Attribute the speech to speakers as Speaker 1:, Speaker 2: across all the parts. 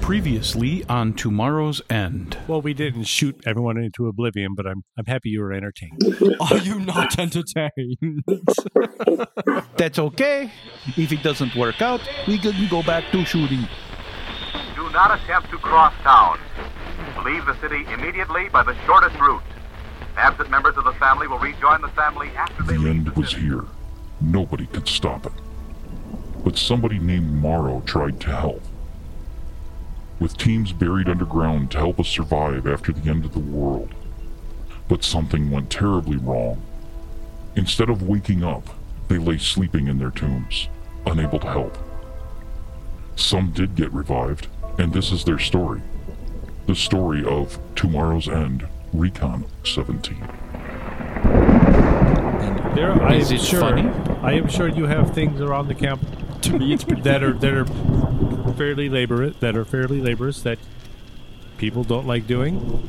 Speaker 1: Previously on Tomorrow's End.
Speaker 2: Well, we didn't shoot everyone into oblivion, but I'm I'm happy you were entertained.
Speaker 3: Are you not entertained?
Speaker 1: That's okay. If it doesn't work out, we can go back to shooting.
Speaker 4: Do not attempt to cross town. Leave the city immediately by the shortest route. Absent members of the family will rejoin the family after they
Speaker 5: The
Speaker 4: leave
Speaker 5: end
Speaker 4: the
Speaker 5: was
Speaker 4: city.
Speaker 5: here. Nobody could stop it. But somebody named Morrow tried to help. With teams buried underground to help us survive after the end of the world. But something went terribly wrong. Instead of waking up, they lay sleeping in their tombs, unable to help. Some did get revived, and this is their story. The story of Tomorrow's End, Recon 17.
Speaker 2: There, I
Speaker 1: Is
Speaker 2: am
Speaker 1: it
Speaker 2: sure,
Speaker 1: funny?
Speaker 2: I am sure you have things around the camp
Speaker 3: to me, it's pretty
Speaker 2: that are that are fairly laborious that are fairly laborious that people don't like doing.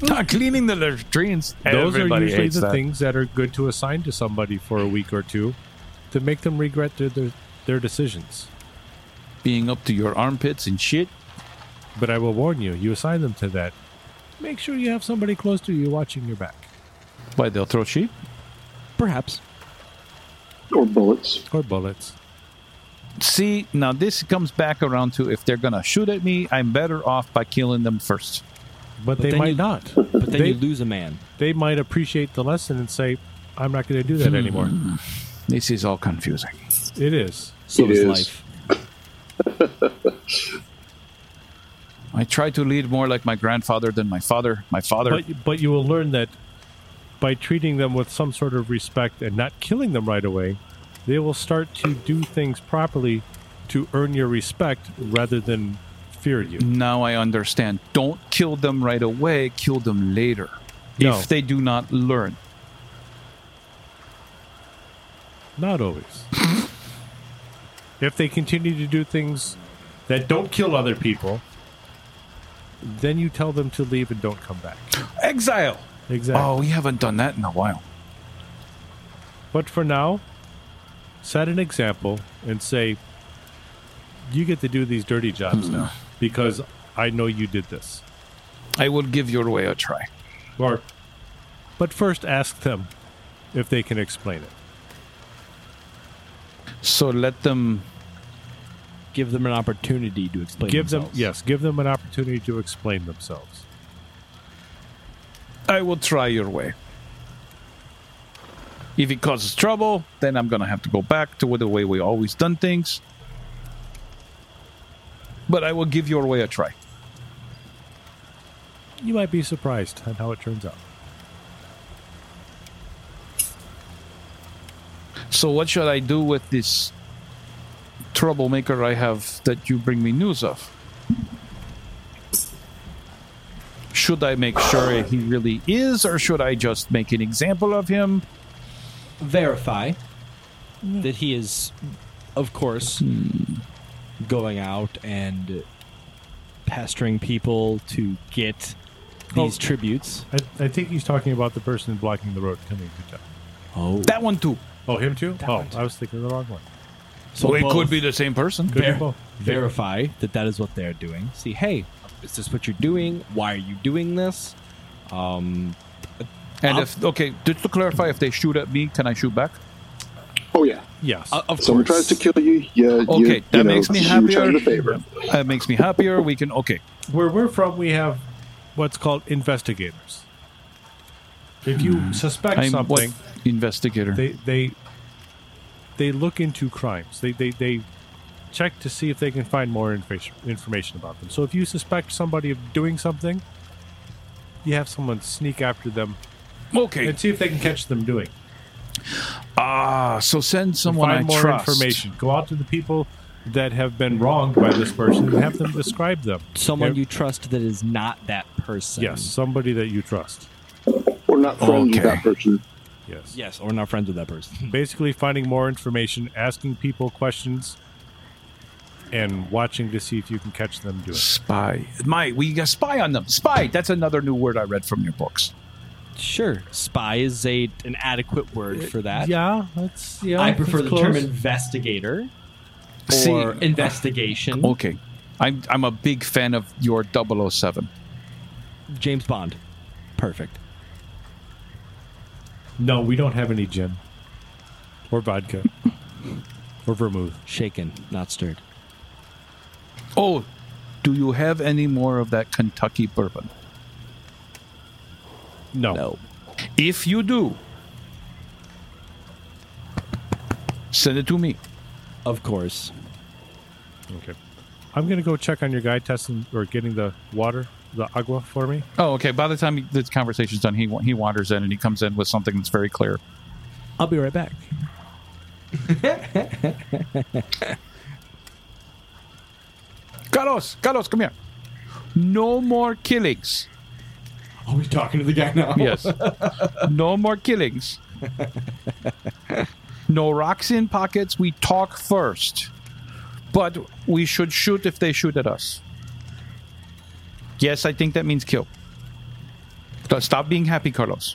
Speaker 3: not cleaning the latrines.
Speaker 2: Those are usually the things that are good to assign to somebody for a week or two to make them regret their their, their decisions.
Speaker 1: Being up to your armpits and shit.
Speaker 2: But I will warn you, you assign them to that. Make sure you have somebody close to you watching your back.
Speaker 1: Why they'll throw shit?
Speaker 3: Perhaps.
Speaker 6: Or bullets.
Speaker 2: Or bullets.
Speaker 1: See, now this comes back around to if they're gonna shoot at me, I'm better off by killing them first.
Speaker 2: But, they
Speaker 3: then
Speaker 2: might
Speaker 3: you-
Speaker 2: not.
Speaker 3: But then
Speaker 2: They-
Speaker 3: you lose a man.
Speaker 2: They might appreciate the lesson and say, I'm not going to do that anymore.
Speaker 1: This is all confusing.
Speaker 2: It is.
Speaker 3: So
Speaker 6: It
Speaker 3: does
Speaker 6: is.
Speaker 3: life.
Speaker 1: I try to lead more like my grandfather than my father. My father.
Speaker 2: But, but you will learn that by treating them with some sort of respect and not killing them right away, they will start to do things properly to earn your respect rather than fear you.
Speaker 1: Now I understand. Don't kill them right away, kill them later.
Speaker 2: No.
Speaker 1: If they do not learn.
Speaker 2: Not always. if they continue to do things that don't kill other people, then you tell them to leave and don't come back.
Speaker 1: Exile!
Speaker 2: Exactly.
Speaker 1: Oh, we haven't done that in a while.
Speaker 2: But for now, set an example and say, you get to do these dirty jobs now
Speaker 3: Hmm.
Speaker 2: because I know you did this.
Speaker 1: I will give your way a try.
Speaker 2: Or, but first ask them if they can explain it.
Speaker 1: So let them.
Speaker 3: Give them an opportunity to explain.
Speaker 2: Give them,
Speaker 3: themselves.
Speaker 2: yes, give them an opportunity to explain themselves.
Speaker 1: I will try your way. If it causes trouble, then I'm gonna have to go back to the way we always done things. But I will give your way a try.
Speaker 2: You might be surprised at how it turns out.
Speaker 1: So what should I do with this troublemaker I have that you bring me news of? Should I make sure he really is, or should I just make an example of him?
Speaker 3: Verify that he is, of course, going out and pestering people to get these
Speaker 2: Oh.
Speaker 3: tributes.
Speaker 2: I, I think he's talking about the person blocking the road coming to town.
Speaker 3: Oh,
Speaker 1: That one too.
Speaker 2: Oh, him too?
Speaker 3: That
Speaker 2: oh,
Speaker 3: one too.
Speaker 2: I was thinking the wrong one.
Speaker 3: so
Speaker 1: it could
Speaker 3: both.
Speaker 1: be the same person.
Speaker 2: Could be
Speaker 3: Ver-
Speaker 2: both.
Speaker 3: verify that that is what they're doing. See, hey, is this what you're doing? Why are you doing this? Um,
Speaker 1: And if okay, just to clarify, if they shoot at me, can I shoot back?
Speaker 6: Oh yeah.
Speaker 2: Yes.
Speaker 3: o- of
Speaker 6: Someone
Speaker 3: course.
Speaker 6: tries to kill you. Yeah.
Speaker 1: Okay,
Speaker 6: you,
Speaker 1: that
Speaker 6: you know,
Speaker 1: makes me
Speaker 6: you
Speaker 1: happier.
Speaker 6: Return the favor.
Speaker 1: That makes me happier. We can okay.
Speaker 2: where we're from, we have what's called investigators. If you suspect
Speaker 1: Hmm. I'm what
Speaker 2: something,
Speaker 1: investigator?
Speaker 2: they they they look into crimes. They they they check to see if they can find more infa- information about them. So if you suspect somebody of doing something, you have someone sneak after them
Speaker 1: okay.
Speaker 2: and see if they can catch them doing. it.
Speaker 1: Ah, so send someone
Speaker 2: find
Speaker 1: I
Speaker 2: more
Speaker 1: trust.
Speaker 2: information. Go out to the people that have been wronged by this person and have them describe them.
Speaker 3: someone
Speaker 2: Okay?
Speaker 3: you trust that is not that person.
Speaker 2: yes, somebody that you trust.
Speaker 6: Or not friends with
Speaker 1: Okay.
Speaker 6: that person.
Speaker 2: Yes.
Speaker 3: Yes, or not friends with that person.
Speaker 2: basically finding more information, asking people questions, and watching to see if you can catch them doing. it.
Speaker 1: Spy. My, we got spy on them. Spy. That's another new word I read from your books.
Speaker 3: Sure, Uh, spy is a an adequate word for that.
Speaker 2: Yeah, that's yeah.
Speaker 3: I prefer
Speaker 2: that's
Speaker 3: the
Speaker 2: close.
Speaker 3: term investigator or
Speaker 1: See-
Speaker 3: investigation.
Speaker 1: Okay. I'm I'm a big fan of your 007.
Speaker 3: James Bond. Perfect.
Speaker 2: No, we don't have any gin or vodka or vermouth.
Speaker 3: Shaken, not stirred.
Speaker 1: Oh, do you have any more of that Kentucky bourbon?
Speaker 2: No.
Speaker 3: No.
Speaker 1: If you do, send it to me.
Speaker 3: Of course.
Speaker 2: Okay. I'm gonna go check on your guy testing or getting the water, the agua for me.
Speaker 1: Oh, okay. By the time the conversation's done, he wa- he wanders in and he comes in with something that's very clear.
Speaker 3: I'll be right back.
Speaker 1: Carlos, Carlos, come here. No more killings.
Speaker 7: Are we talking to the guy now?
Speaker 1: Yes. no more killings. No rocks in pockets. We talk first. But we should shoot if they shoot at us. Yes, I think that means kill. Don't- Stop being happy, Carlos.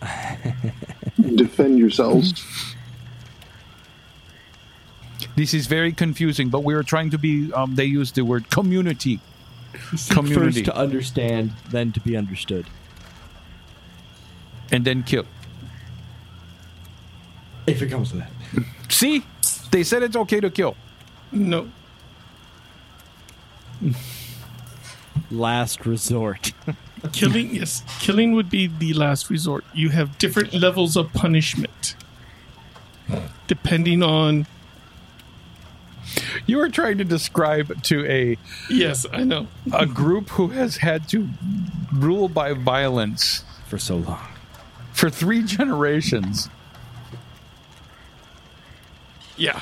Speaker 6: Defend yourselves.
Speaker 1: Mm-hmm. This is very confusing, but we are trying to be, um, they use the word community.
Speaker 3: Seek
Speaker 1: Community.
Speaker 3: First to understand, then to be understood.
Speaker 1: and then kill.
Speaker 7: If it comes to that.
Speaker 1: See? They said it's okay to kill.
Speaker 7: No.
Speaker 3: Last resort.
Speaker 7: Killing
Speaker 8: Yes, killing would be the last resort. You have different levels of punishment depending on.
Speaker 1: You were trying to describe to a
Speaker 8: Yes, I know.
Speaker 1: a group who has had to rule by violence
Speaker 3: For so long.
Speaker 1: for three generations.
Speaker 8: Yeah.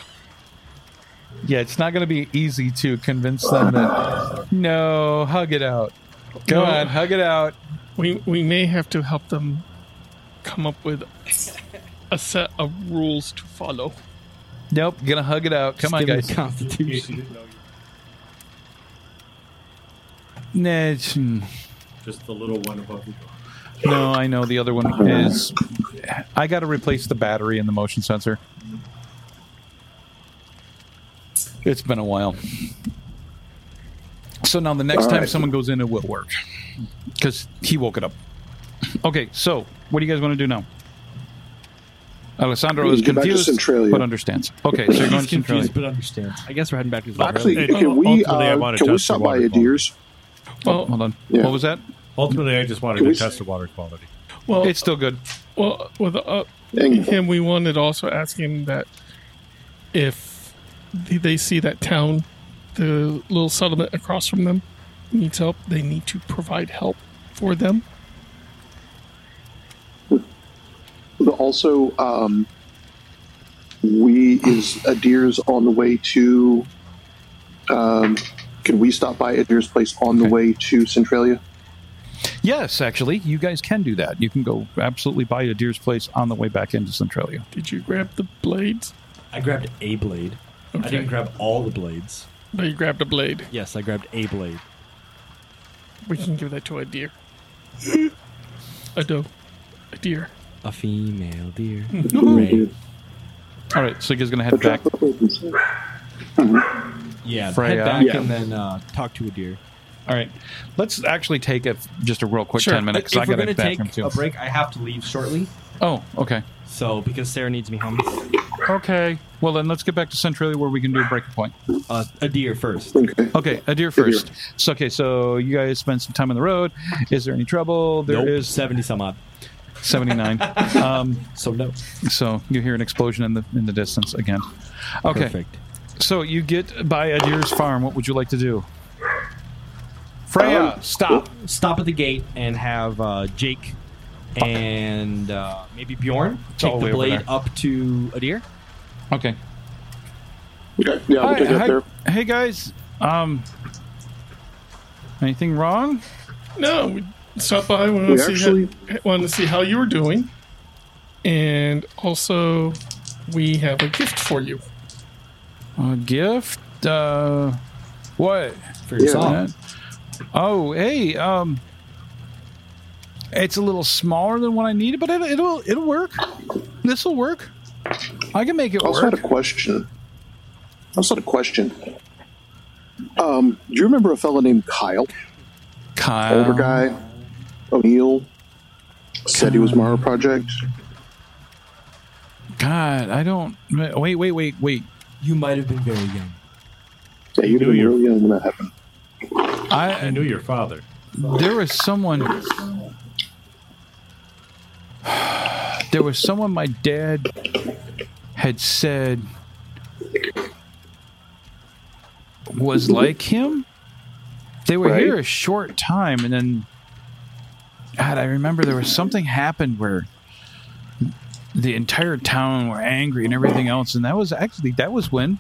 Speaker 1: Yeah, it's not going to be easy to convince them that no, hug it out. Go
Speaker 8: No.
Speaker 1: on, hug it out.
Speaker 8: We, we may have to help them come up with a set of rules to follow.
Speaker 1: Nope, gonna hug it out. Come
Speaker 3: Just
Speaker 1: on,
Speaker 3: give him
Speaker 1: guys.
Speaker 3: The Constitution.
Speaker 1: Nah, it's- mm,
Speaker 9: Just the little one above the door.
Speaker 1: no, I know the other one is. I got to replace the battery in the motion sensor. It's been a while. So now the next
Speaker 6: All
Speaker 1: time
Speaker 6: right.
Speaker 1: someone goes in, it will work because he woke it up. Okay, so what do you guys want to do now? Alessandro is
Speaker 6: Get back to
Speaker 1: confused
Speaker 6: Centralia.
Speaker 1: but understands. Okay, so you're going to Centralia.
Speaker 7: confused but understands.
Speaker 3: I guess we're heading back to the
Speaker 6: Actually,
Speaker 2: Hey,
Speaker 6: can we
Speaker 2: ultimately, I
Speaker 6: uh,
Speaker 2: wanna
Speaker 6: can we
Speaker 2: test
Speaker 6: stop
Speaker 2: the
Speaker 6: by
Speaker 2: water
Speaker 6: Adir's?
Speaker 1: Oh,
Speaker 8: Well,
Speaker 1: hold on.
Speaker 6: Yeah.
Speaker 1: What was that?
Speaker 2: Ultimately, I just wanted
Speaker 6: Can
Speaker 2: to
Speaker 6: we s-
Speaker 2: test the water quality.
Speaker 8: well,
Speaker 1: It's still good.
Speaker 8: well with uh,
Speaker 6: And
Speaker 8: him, we wanted to also ask him that if they- they see that town, the little settlement across from them needs help, they need to provide help for them.
Speaker 6: But also, um, we is Adir's on the way to. Um, can we stop by Adir's place on the way to Centralia?
Speaker 1: Yes, actually, you guys can do that. You can go absolutely by a deer's place on the way back into Centralia.
Speaker 8: Did you grab the blades?
Speaker 7: I grabbed a blade. I didn't grab all the blades.
Speaker 8: No, you grabbed a blade.
Speaker 3: Yes, I grabbed a blade.
Speaker 8: We can give that to a deer. a doe. A deer.
Speaker 3: A female deer.
Speaker 1: All right, so you guys going to head back.
Speaker 3: Yeah,
Speaker 1: Freya.
Speaker 3: head back
Speaker 6: Yeah.
Speaker 3: and then uh, talk to a deer.
Speaker 1: All right, let's actually take a, just a real quick
Speaker 8: Sure.
Speaker 1: 10 minutes.
Speaker 7: if
Speaker 1: I
Speaker 7: we're
Speaker 1: got
Speaker 7: going
Speaker 1: a
Speaker 7: to
Speaker 1: bathroom
Speaker 7: take
Speaker 1: too.
Speaker 7: a break, I have to leave shortly.
Speaker 1: Oh, okay.
Speaker 7: So, because Sarah needs me home.
Speaker 1: Okay. Well, then let's get back to Centralia where we can do a breaking point.
Speaker 7: Uh, a deer first.
Speaker 6: Okay.
Speaker 1: Okay, a deer first. So, okay, so you guys spend some time on the road. Is there any trouble? There
Speaker 7: Nope.
Speaker 1: is
Speaker 7: 70 some odd.
Speaker 1: 79. um,
Speaker 7: So, no.
Speaker 1: so you hear an explosion in the in the distance again. Okay.
Speaker 3: Perfect.
Speaker 1: So you get by a deer's farm. What would you like to do? Freya,
Speaker 6: Um,
Speaker 1: stop.
Speaker 7: Stop at the gate and have uh, Jake and uh, maybe Bjorn take
Speaker 1: all the
Speaker 7: the
Speaker 1: way over
Speaker 7: blade
Speaker 1: there.
Speaker 7: up to a deer.
Speaker 1: Okay.
Speaker 6: Okay. Yeah, we'll
Speaker 1: Hi,
Speaker 6: take it up
Speaker 1: hi-
Speaker 6: there.
Speaker 1: Hey guys. Um. Anything wrong?
Speaker 8: No, we stopped by. We wanted,
Speaker 6: We
Speaker 8: to see
Speaker 6: actually-
Speaker 8: how, wanted to see how you were doing. And also, we have a gift for you.
Speaker 1: A gift? Uh. What?
Speaker 7: For
Speaker 6: Yeah.
Speaker 7: yourself.
Speaker 1: Uh, oh, hey. Um. It's a little smaller than what I needed, but it, it'll it'll work. This will work. I can make it
Speaker 6: I also had
Speaker 1: work.
Speaker 6: a question. I also had a question. Um, do you remember a fellow named Kyle?
Speaker 1: Kyle.
Speaker 6: Older guy, O'Neill, said he was Morrow Project.
Speaker 1: God, I don't. Wait, wait, wait, wait.
Speaker 7: You might have been very young.
Speaker 6: Yeah, you were really young when that happened.
Speaker 1: I
Speaker 2: I knew your father.
Speaker 1: there was someone. There was someone my dad had said was like him. They were
Speaker 6: Right.
Speaker 1: here a short time, and then God, I remember there was something happened where the entire town were angry and everything else, and that was actually that was when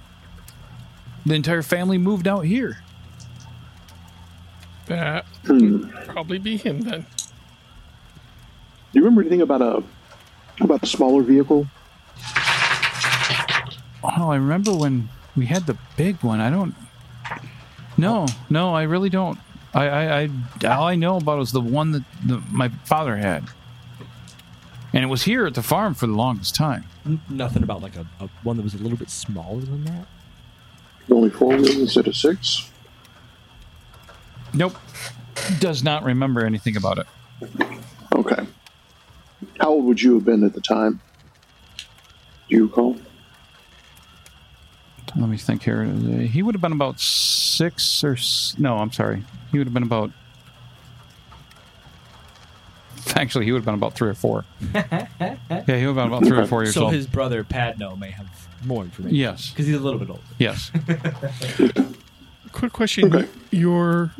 Speaker 1: the entire family moved out here.
Speaker 8: That
Speaker 6: Hmm.
Speaker 8: would probably be him then.
Speaker 6: Do you remember anything about a about a smaller vehicle?
Speaker 1: Oh, I remember when we had the big one. I don't. No, no, I really don't. I, I, I all I know about was the one that the, my father had, and it was here at the farm for the longest time.
Speaker 3: N- Nothing about like a, a one that was a little bit smaller than that.
Speaker 6: Only four wheels instead of six.
Speaker 1: Nope, does not remember anything about it.
Speaker 6: Okay. How old would you have been at the time? Do you recall?
Speaker 1: Let me think here. He would have been about six or s- no. I'm sorry. He would have been about. Actually, he would have been about three or four. yeah, he would have been about three or four years
Speaker 7: So
Speaker 1: old.
Speaker 7: his brother Padno may have more information.
Speaker 1: yes,
Speaker 7: Because he's a little bit older.
Speaker 1: yes.
Speaker 8: Quick question:
Speaker 6: Okay.
Speaker 8: Your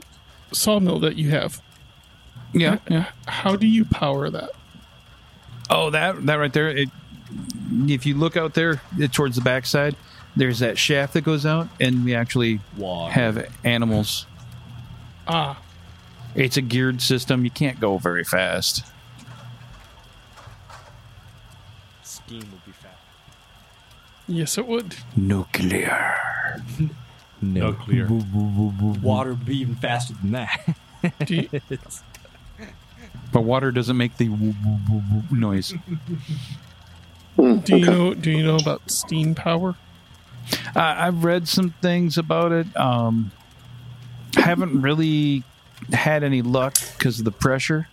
Speaker 8: sawmill that you have,
Speaker 1: Yeah,
Speaker 8: how do you power that?
Speaker 1: Oh, that that right there. It, if you look out there it, towards the backside, there's that shaft that goes out, and we actually
Speaker 7: Water.
Speaker 1: have animals.
Speaker 8: Ah,
Speaker 1: It's a geared system. You can't go very fast.
Speaker 7: Steam would be fat.
Speaker 8: yes, it would.
Speaker 1: Nuclear.
Speaker 3: No,
Speaker 2: Nuclear.
Speaker 7: Water would be even faster than that.
Speaker 8: Do you,
Speaker 1: But water doesn't make the woo- woo- woo- woo noise.
Speaker 8: do you know? Do you know about steam power?
Speaker 1: I, I've read some things about it. Um, haven't really had any luck because of the pressure.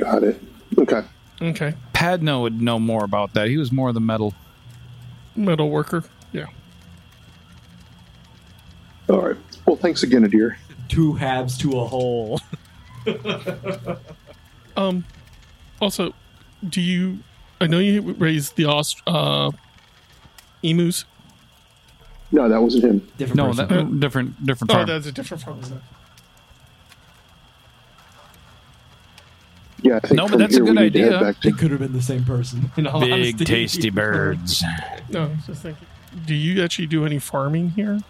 Speaker 6: Got it. Okay.
Speaker 8: Okay,
Speaker 1: Padno would know more about that. He was more of the metal.
Speaker 8: metal worker. Yeah.
Speaker 6: All right. Well, thanks again, Adir.
Speaker 7: Two halves to a whole.
Speaker 8: Um. Also, do you? I know you raised the ost- uh, emus.
Speaker 6: No, that wasn't him.
Speaker 7: Different
Speaker 1: No,
Speaker 7: person.
Speaker 1: that, different different
Speaker 8: Oh,
Speaker 1: farm.
Speaker 8: that's a different farm. isn't it?
Speaker 6: Yeah, I think
Speaker 1: No, but
Speaker 6: from
Speaker 1: that's a
Speaker 6: here we
Speaker 1: good
Speaker 6: need to head
Speaker 1: idea.
Speaker 6: Back
Speaker 7: They
Speaker 6: to,
Speaker 7: could have been the same person. In all honesty.
Speaker 1: birds.
Speaker 8: No, I was just thinking. Do you actually do any farming here?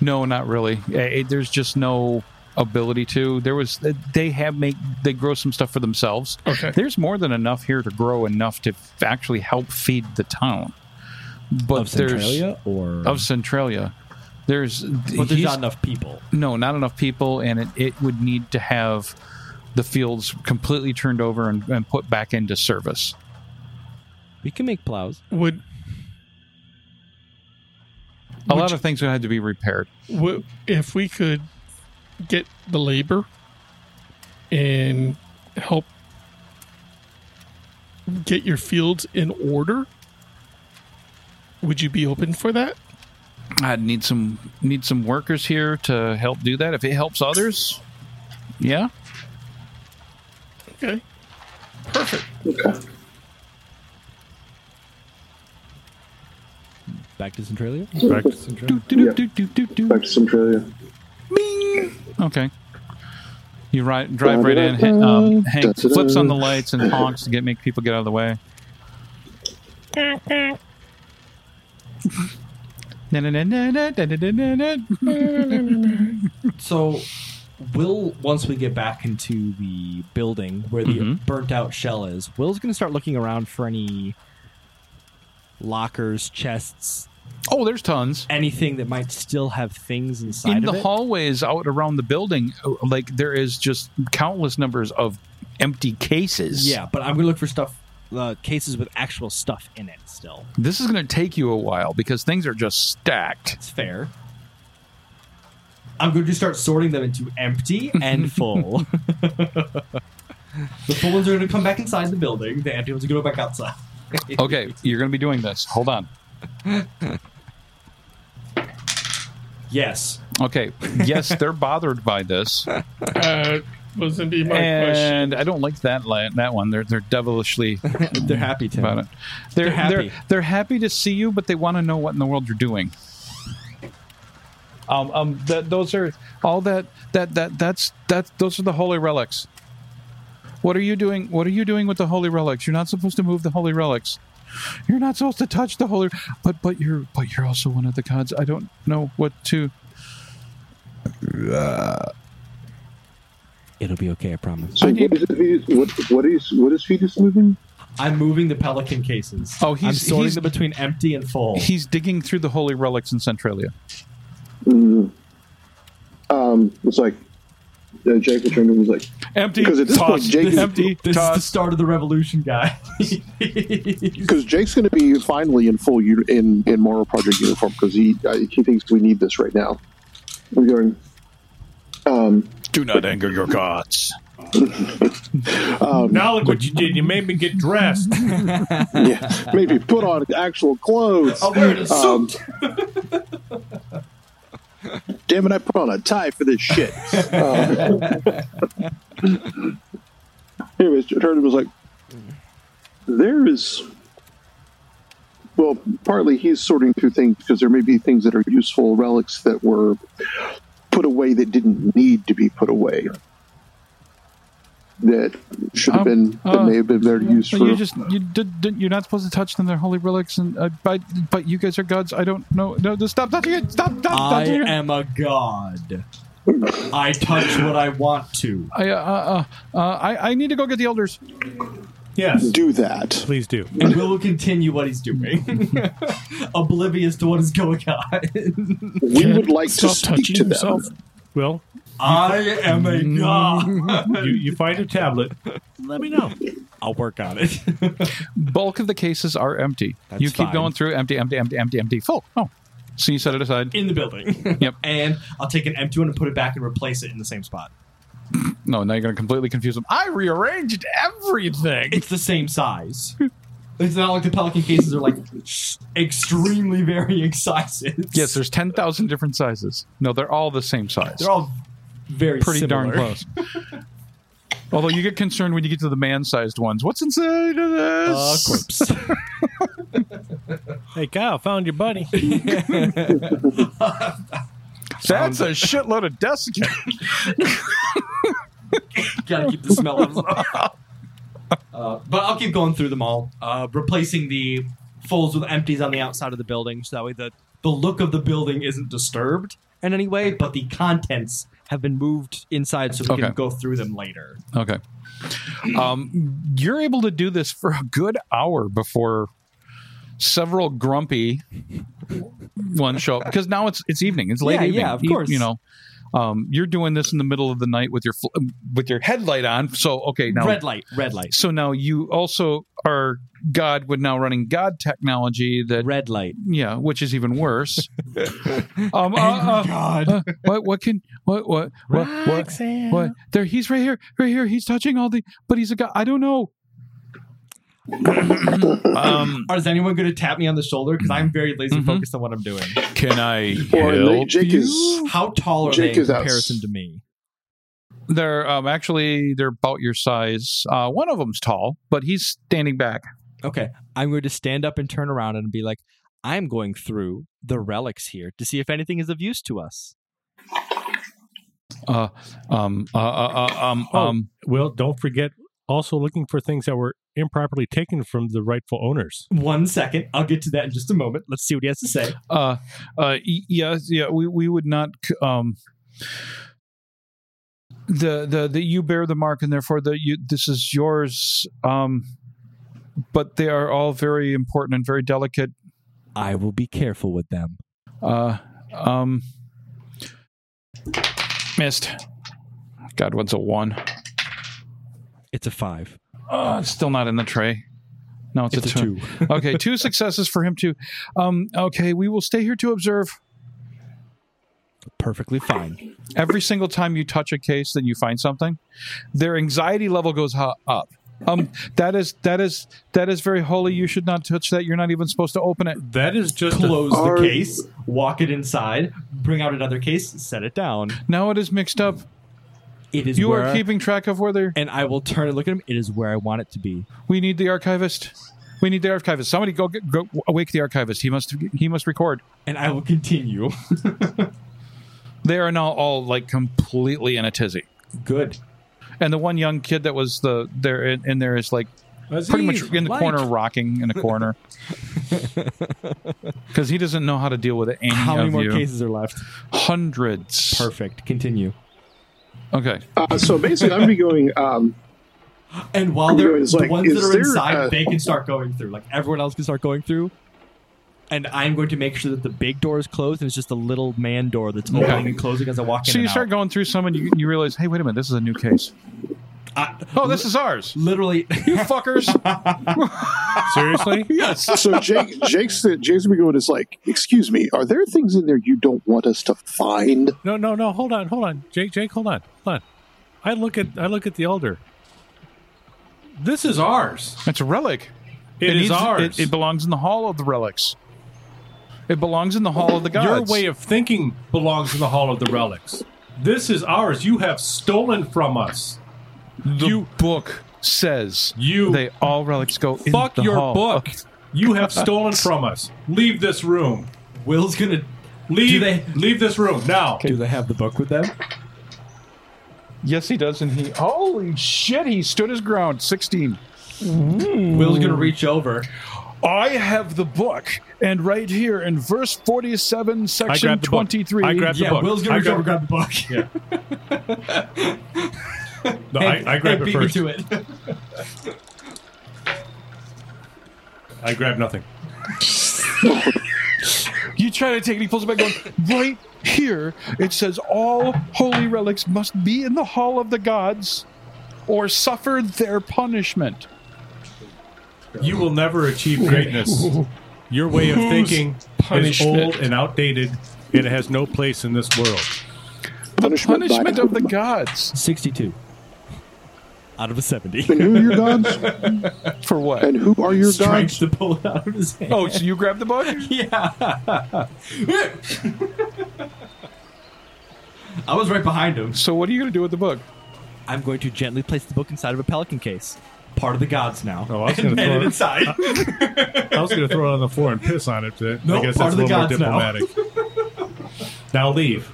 Speaker 1: no, not really. Eh, eh, there's just no ability to. There was eh, they have make they grow some stuff for themselves.
Speaker 8: Okay.
Speaker 1: There's more than enough here to grow enough to f- actually help feed the town. But
Speaker 3: of
Speaker 1: there's
Speaker 3: Centralia or
Speaker 1: of Centralia. There's
Speaker 7: But there's
Speaker 1: he's-
Speaker 7: not enough people.
Speaker 1: no, not enough people, and it, it would need to have the fields completely turned over and, and put back into service.
Speaker 3: we can make plows.
Speaker 8: Would
Speaker 1: A lot of things would have to be repaired.
Speaker 8: Wh- if we could get the labor and help get your fields in order would you be open for that
Speaker 1: I'd need some need some workers here to help do that. If it helps others, yeah.
Speaker 8: okay perfect
Speaker 3: Back to Centralia.
Speaker 2: Back to Centralia.
Speaker 1: Do, do,
Speaker 6: Yeah.
Speaker 1: do, do, do, do.
Speaker 6: back to Centralia.
Speaker 1: Okay. You ride, drive right in. hit- Um, Hank flips on the lights and honks to get make people get out of the way. Na, na, na, na, na, da, da, da, da, da.
Speaker 7: So, Will, once we get back into the building where the
Speaker 1: Mm-hmm.
Speaker 7: burnt out shell is, Will's going to start looking around for any lockers, chests,
Speaker 1: Oh, there's tons.
Speaker 7: anything that might still have things inside
Speaker 1: in
Speaker 7: of
Speaker 1: the
Speaker 7: it.
Speaker 1: hallways out around the building like there is just countless numbers of empty cases
Speaker 7: Yeah, but I'm going to look for stuff
Speaker 3: uh, cases with actual stuff in it still.
Speaker 1: This is going to take you a while because things are just stacked.
Speaker 7: It's fair. I'm going to start sorting them into empty and full. the full ones are going to come back inside the building. The empty ones are going to go back outside.
Speaker 1: Okay, you're going to be doing this. Hold on.
Speaker 7: Yes.
Speaker 1: Okay, yes, they're bothered by this,
Speaker 8: Uh, was going to be my question.
Speaker 1: and I don't like that la- that one. They're they're devilishly
Speaker 7: They're happy to.
Speaker 1: about it. They're they're
Speaker 7: They're
Speaker 1: happy.
Speaker 7: happy.
Speaker 1: They're, happy to see you, but they want to know what in the world you're doing. Um, um, that those are all that that that that's that those are the holy relics. What are you doing? What are you doing with the holy relics? You're not supposed to move the holy relics. You're not supposed to touch the holy. But but you're but you're also one of the gods. I don't know what to.
Speaker 7: It'll be okay, I promise.
Speaker 6: So what is, it, what, what is what is fetus moving?
Speaker 7: I'm moving the pelican cases.
Speaker 1: Oh, he's-
Speaker 7: I'm sorting
Speaker 1: he's-
Speaker 7: them between empty and full.
Speaker 1: He's digging through the holy relics in Centralia.
Speaker 6: Um, it's like uh, Jake returned and was like,
Speaker 1: Empty.
Speaker 6: Because at this point,
Speaker 1: tossed,
Speaker 6: Jake is-
Speaker 1: empty.
Speaker 7: This is the
Speaker 1: tossed.
Speaker 7: start of the revolution, guys.
Speaker 6: because Jake's going to be finally in full u- in in moral project uniform because he uh, he thinks we need this right now. I'm going. Um,
Speaker 1: Do not anger your gods.
Speaker 2: Now look what you did. You made me get dressed.
Speaker 6: yeah, maybe put on actual clothes.
Speaker 7: I'll wear it as
Speaker 1: Oh,
Speaker 6: Um, damn it! I put on a tie for this shit. Um, anyways, Turner was like, "There is." Well, partly he's sorting through things because there may be things that are useful relics that were put away that didn't need to be put away. That should have
Speaker 1: Um,
Speaker 6: been, that
Speaker 1: uh,
Speaker 6: may have been better used
Speaker 1: But
Speaker 6: for.
Speaker 1: you just you did, did, you're not supposed to touch them. They're holy relics, and uh, but but you guys are gods. I don't know. No, just stop touching it. Stop, stop
Speaker 7: I
Speaker 1: touching it.
Speaker 7: am a god. I touch what I want to.
Speaker 1: I, uh, uh, uh, I I need to go get the elders.
Speaker 2: Yes,
Speaker 6: do that.
Speaker 2: please do.
Speaker 7: And we will continue what he's doing. Oblivious to what is going on.
Speaker 6: We would like to
Speaker 8: Stop
Speaker 6: speak
Speaker 8: touching
Speaker 6: to them.
Speaker 8: yourself.
Speaker 2: Well,
Speaker 7: I am a god.
Speaker 2: you, you find a tablet. Let me know.
Speaker 3: I'll work on it.
Speaker 1: Bulk of the cases are empty.
Speaker 3: That's
Speaker 1: you keep
Speaker 3: fine.
Speaker 1: going through empty, empty, empty, empty, empty, full. Oh, so you set it aside.
Speaker 7: In the building.
Speaker 1: Yep.
Speaker 7: And I'll take an empty one and put it back and replace it in the same spot.
Speaker 1: No, now you're going to completely confuse them. I rearranged everything.
Speaker 7: It's the same size. It's not like the pelican cases are like extremely varying sizes.
Speaker 1: Yes, there's ten thousand different sizes. No, they're all the same size.
Speaker 7: they're all very
Speaker 1: pretty darn
Speaker 7: similar.
Speaker 1: close. Although you get concerned when you get to the man-sized ones. What's inside of
Speaker 7: Uh,
Speaker 1: this?
Speaker 7: corpse.
Speaker 2: Hey, Kyle, found your buddy.
Speaker 1: That's a shitload of desiccant.
Speaker 7: Gotta keep the smell up. uh, but I'll keep going through them all, uh, replacing the fulls with empties on the outside of the building, so that way the the look of the building isn't disturbed in any way, but the contents have been moved inside, so we
Speaker 1: Okay.
Speaker 7: can go through them later.
Speaker 1: Okay. Um, you're able to do this for a good hour before several grumpy ones show up because now it's it's evening. It's late
Speaker 7: Yeah,
Speaker 1: evening.
Speaker 7: yeah, of
Speaker 1: You-
Speaker 7: course.
Speaker 1: You, know, um, you're doing this in the middle of the night with your fl- with your headlight on. So okay, now
Speaker 7: Red light, red light,
Speaker 1: so now you also are God with now running God technology that
Speaker 7: red light.
Speaker 1: yeah, which is even worse. um, uh, uh,
Speaker 7: Oh God.
Speaker 1: uh, what what can what what what what, what there he's right here right here he's touching all the but he's a guy I don't know. um,
Speaker 7: Or is anyone going to tap me on the shoulder? Because I'm very laser
Speaker 1: Mhm.
Speaker 7: focused on what I'm doing.
Speaker 1: can I
Speaker 6: Or they- Jake is
Speaker 7: How tall are
Speaker 6: Jake
Speaker 7: they in
Speaker 6: is out.
Speaker 7: comparison to me?
Speaker 1: They're um, actually they're about your size. Uh, one of them's tall, but he's standing back.
Speaker 7: Okay, I'm going to stand up and turn around and be like, I'm going through the relics here to see if anything is of use to us.
Speaker 1: Uh, um, uh, uh, uh, um,
Speaker 2: Oh.
Speaker 1: um,
Speaker 2: Well, don't forget also looking for things that were improperly taken from the rightful owners.
Speaker 7: One second, I'll get to that in just a moment. Let's see what he has to say.
Speaker 1: uh, uh, y- yes, yeah. We we would not. c- Um, the the the you bear the mark, and therefore the you this is yours. Um, but they are all very important and very delicate.
Speaker 7: I will be careful with them.
Speaker 1: Uh, um, missed. God, what's a one?
Speaker 7: It's a five.
Speaker 1: Uh, it's still not in the tray. No, it's,
Speaker 3: It's
Speaker 1: a,
Speaker 3: a
Speaker 1: two. okay, two successes for him too. Um, okay, we will stay here to observe.
Speaker 3: Perfectly fine.
Speaker 1: Every single time you touch a case, then you find something. Their anxiety level goes hu- up. Um, that is that is that is very holy. You should not touch that. You're not even supposed to open it.
Speaker 9: That is just a-
Speaker 7: Close the
Speaker 6: Are-
Speaker 7: case, walk it inside, bring out another case, set it down.
Speaker 1: Now it is mixed up.
Speaker 7: It is
Speaker 1: You
Speaker 7: where,
Speaker 1: are keeping track of whether
Speaker 7: and I will turn and look at him. It is where I want it to be.
Speaker 1: we need the archivist. We need the archivist. Somebody go, get, go awake the archivist. He must he must record.
Speaker 7: And I will continue.
Speaker 1: They are now all like completely in a tizzy.
Speaker 7: Good.
Speaker 1: And the one young kid that was the there in, in there is like pretty much in the corner rocking in the corner because he doesn't know how to deal with any
Speaker 7: How many
Speaker 1: of
Speaker 7: more
Speaker 1: you.
Speaker 7: cases are left?
Speaker 1: hundreds
Speaker 7: Perfect. Continue.
Speaker 1: okay
Speaker 6: Uh, so basically, I'm going to be going. Um,
Speaker 7: And while they're
Speaker 6: It's
Speaker 7: the
Speaker 6: like,
Speaker 7: ones that
Speaker 6: is
Speaker 7: are
Speaker 6: there
Speaker 7: inside,
Speaker 6: a-
Speaker 7: they can start going through. Like everyone else can start going through. And I'm going to make sure that the big door is closed and it's just a little man door that's opening and closing as I walk in.
Speaker 1: so you
Speaker 7: and
Speaker 1: start
Speaker 7: out.
Speaker 1: going through some and you, you realize hey wait a minute this is a new case
Speaker 7: I-
Speaker 1: oh this is ours
Speaker 7: literally
Speaker 1: you fuckers
Speaker 2: Seriously?
Speaker 6: so Jake, Jake's Jake's going to be going is like, excuse me, are there things in there you don't want us to find?
Speaker 2: No, no, no. Hold on, hold on, Jake, Jake, hold on, hold on. I look at I look at the elder.
Speaker 9: this is ours.
Speaker 1: it's a relic
Speaker 2: it is
Speaker 1: needs-
Speaker 2: ours.
Speaker 1: it, it belongs in the hall of the relics it belongs in the hall of the gods
Speaker 2: Your
Speaker 9: Way of thinking belongs in the Hall of the Relics. This is ours. You have stolen from us.
Speaker 1: the
Speaker 2: you-
Speaker 1: book says
Speaker 2: You
Speaker 1: they all relics go in
Speaker 2: Fuck
Speaker 1: the
Speaker 2: your
Speaker 1: hall
Speaker 2: book.
Speaker 1: of-
Speaker 2: You have stolen from us. Leave this room.
Speaker 7: Will's gonna Do
Speaker 2: Leave.
Speaker 7: they-
Speaker 2: leave this room now.
Speaker 7: Do they have the book with them?
Speaker 1: yes he does and he holy shit he stood his ground 16
Speaker 2: Mm.
Speaker 7: Will's gonna reach over.
Speaker 1: I have the book, and right here in verse 47, section
Speaker 2: grabbed the book.
Speaker 1: 23.
Speaker 2: I grabbed the
Speaker 7: Yeah,
Speaker 2: book.
Speaker 7: Will's gonna
Speaker 2: I
Speaker 7: reach over
Speaker 2: grab,
Speaker 7: grab the book. Yeah.
Speaker 2: no, I, I grab it
Speaker 7: beat
Speaker 2: first.
Speaker 7: me to it.
Speaker 2: I grab nothing.
Speaker 1: You try to take it, he pulls it back, going, right here it says, All holy relics must be in the hall of the gods or suffer their punishment.
Speaker 2: You will never achieve greatness. Your way of thinking is
Speaker 8: punishment?
Speaker 2: old and outdated, and it has no place in this world.
Speaker 1: The
Speaker 6: Punishment by-
Speaker 1: punishment of the gods.
Speaker 7: Sixty-two. Out of a seventy.
Speaker 6: And who are your gods?
Speaker 1: For what?
Speaker 6: And who are your gods?
Speaker 7: Tries to pull it out of his hand.
Speaker 1: Oh, so you grabbed the book?
Speaker 7: Yeah. I was right behind him.
Speaker 1: So what are you going to do with the book?
Speaker 7: I'm going to gently place the book inside of a pelican case. Part of the gods now.
Speaker 2: Oh, I was gonna
Speaker 7: and
Speaker 2: throw
Speaker 7: it
Speaker 2: it-
Speaker 7: inside.
Speaker 2: I was going to throw it on the floor and piss on it, but
Speaker 7: No,
Speaker 2: I guess
Speaker 7: part
Speaker 2: that's
Speaker 7: of
Speaker 2: a
Speaker 7: the
Speaker 2: little more
Speaker 7: gods now.
Speaker 2: diplomatic. now leave.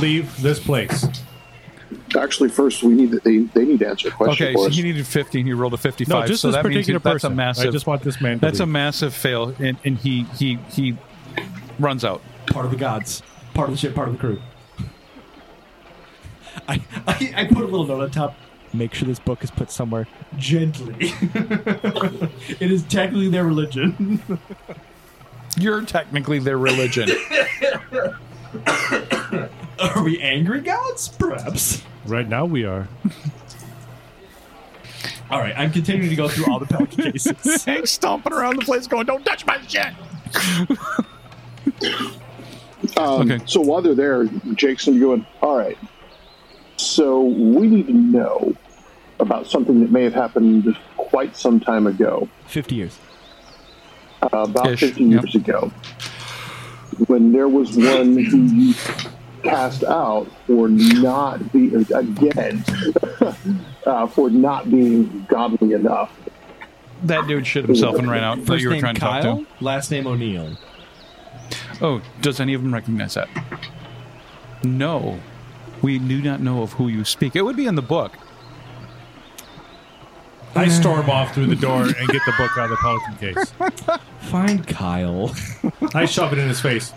Speaker 2: Leave this place.
Speaker 6: Actually, first we need they they need to answer a question
Speaker 1: Okay,
Speaker 6: for
Speaker 1: so
Speaker 6: us.
Speaker 1: he needed 15, he rolled a 55.
Speaker 2: No, just
Speaker 1: so
Speaker 2: this
Speaker 1: that means he-
Speaker 2: particular
Speaker 1: that's
Speaker 2: person.
Speaker 1: a massive
Speaker 2: I just want this man. To
Speaker 1: That's a
Speaker 2: leave.
Speaker 1: massive fail and, and he he he runs out.
Speaker 7: part of the gods. Part of the ship, part of the crew. I, I, I put a little note on top. Make sure this book is put somewhere gently. it is technically their religion.
Speaker 1: You're technically their religion.
Speaker 7: Are we angry gods? Perhaps.
Speaker 2: right now we are.
Speaker 7: All right, I'm continuing to go through all the pelican cases.
Speaker 1: Hank's stomping around the place going, don't touch my shit.
Speaker 6: Um,
Speaker 1: Okay.
Speaker 6: So while they're there, Jake's going to go in. All right. So we need to know about something that may have happened quite some time ago, Uh,
Speaker 7: 50 years.
Speaker 6: about
Speaker 1: Ish,
Speaker 6: 50
Speaker 1: yep.
Speaker 6: years ago, when there was one who you cast out for not being again uh, for not being godly enough.
Speaker 1: That dude shit himself and ran out. Thought
Speaker 7: First
Speaker 1: you were
Speaker 7: name
Speaker 1: trying to
Speaker 7: Kyle,
Speaker 1: talk
Speaker 7: last name O'Neill.
Speaker 1: to him. Oh, does any of them recognize that? No. We do not know of who you speak. It would be in the book.
Speaker 2: I storm off through the door and get the book out of the pelican case.
Speaker 7: Find Kyle.
Speaker 2: I shove it in his face.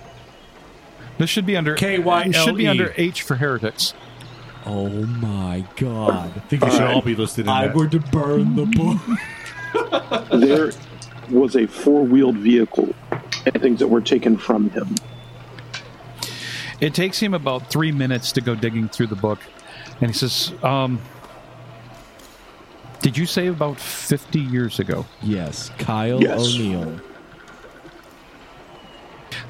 Speaker 1: This should be under
Speaker 2: K-Y-L-E.
Speaker 1: It should be under H for heretics.
Speaker 7: Oh my god.
Speaker 2: I think we should all be listed in
Speaker 7: I'm
Speaker 2: that.
Speaker 7: going to burn the book.
Speaker 6: There was a four wheeled vehicle and things that were taken from him.
Speaker 1: It takes him about three minutes to go digging through the book, and he says, um, Did you say about 50 years ago?
Speaker 3: Yes, Kyle
Speaker 6: Yes.
Speaker 3: O'Neill.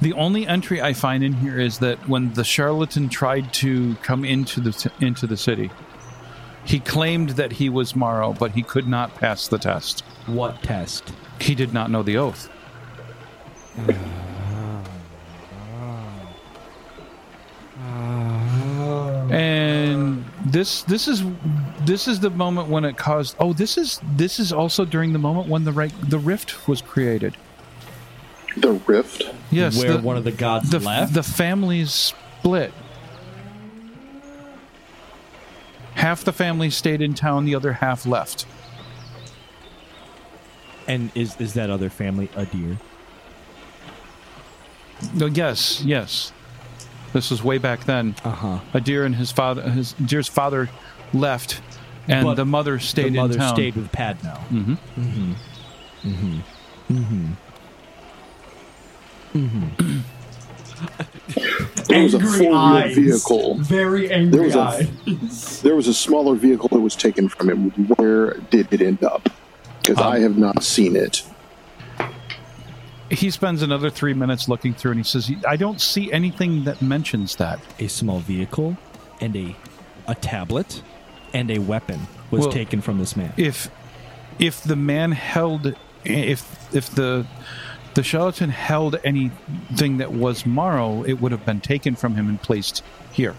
Speaker 1: The only entry I find in here is that when the charlatan tried to come into the ci- into the city, he claimed that he was Morrow, but he could not pass the test.
Speaker 3: What test?
Speaker 1: He did not know the oath. And this this is this is the moment when it caused oh this is this is also during the moment when the right the rift was created.
Speaker 6: The rift.
Speaker 1: Yes,
Speaker 7: where
Speaker 1: the-
Speaker 7: one of the gods
Speaker 1: the,
Speaker 7: left.
Speaker 1: the families split. Half the family stayed in town, the other half left.
Speaker 3: And is is that other family a deer?
Speaker 7: Uh,
Speaker 1: No, yes, yes. This was way back then.
Speaker 3: Uh
Speaker 7: Uh-huh.
Speaker 3: huh.
Speaker 1: Adir and his father, his dear's father, left, and
Speaker 7: But
Speaker 1: the mother stayed
Speaker 7: the mother
Speaker 1: in town.
Speaker 7: stayed with Padno.
Speaker 6: There was a
Speaker 7: Angry
Speaker 6: four-wheel
Speaker 7: eyes.
Speaker 6: vehicle.
Speaker 7: Very
Speaker 6: There
Speaker 7: angry
Speaker 6: was a-
Speaker 7: eyes.
Speaker 6: There was a smaller vehicle that was taken from him. Where did it end up? Because
Speaker 3: Um,
Speaker 6: I have not seen it.
Speaker 1: He spends another three minutes looking through, and he says, "I don't see anything that mentions that."
Speaker 3: A small vehicle and a a tablet and a weapon was
Speaker 1: Well-
Speaker 3: taken from this man.
Speaker 1: if if the man held if if the the charlatan held anything that was Morrow, it would have been taken from him and placed here.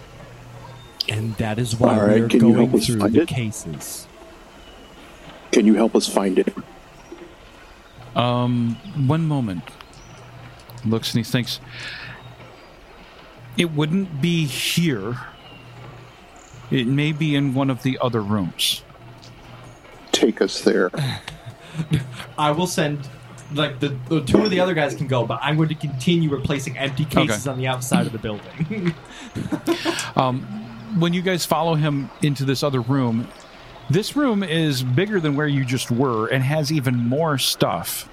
Speaker 3: and that is why
Speaker 6: All right,
Speaker 3: we're
Speaker 6: can you help
Speaker 3: going
Speaker 6: us
Speaker 3: through
Speaker 6: find
Speaker 3: the
Speaker 6: it?
Speaker 3: cases.
Speaker 6: Can you help us find it?
Speaker 1: One moment. Looks and he thinks it wouldn't be here. It may be in one of the other rooms.
Speaker 6: Take us there.
Speaker 7: I will send like the, the two of the other guys can go, but I'm going to continue replacing empty cases
Speaker 1: Okay.
Speaker 7: on the outside of the building.
Speaker 1: When you guys follow him into this other room, this room is bigger than where you just were and has even more stuff.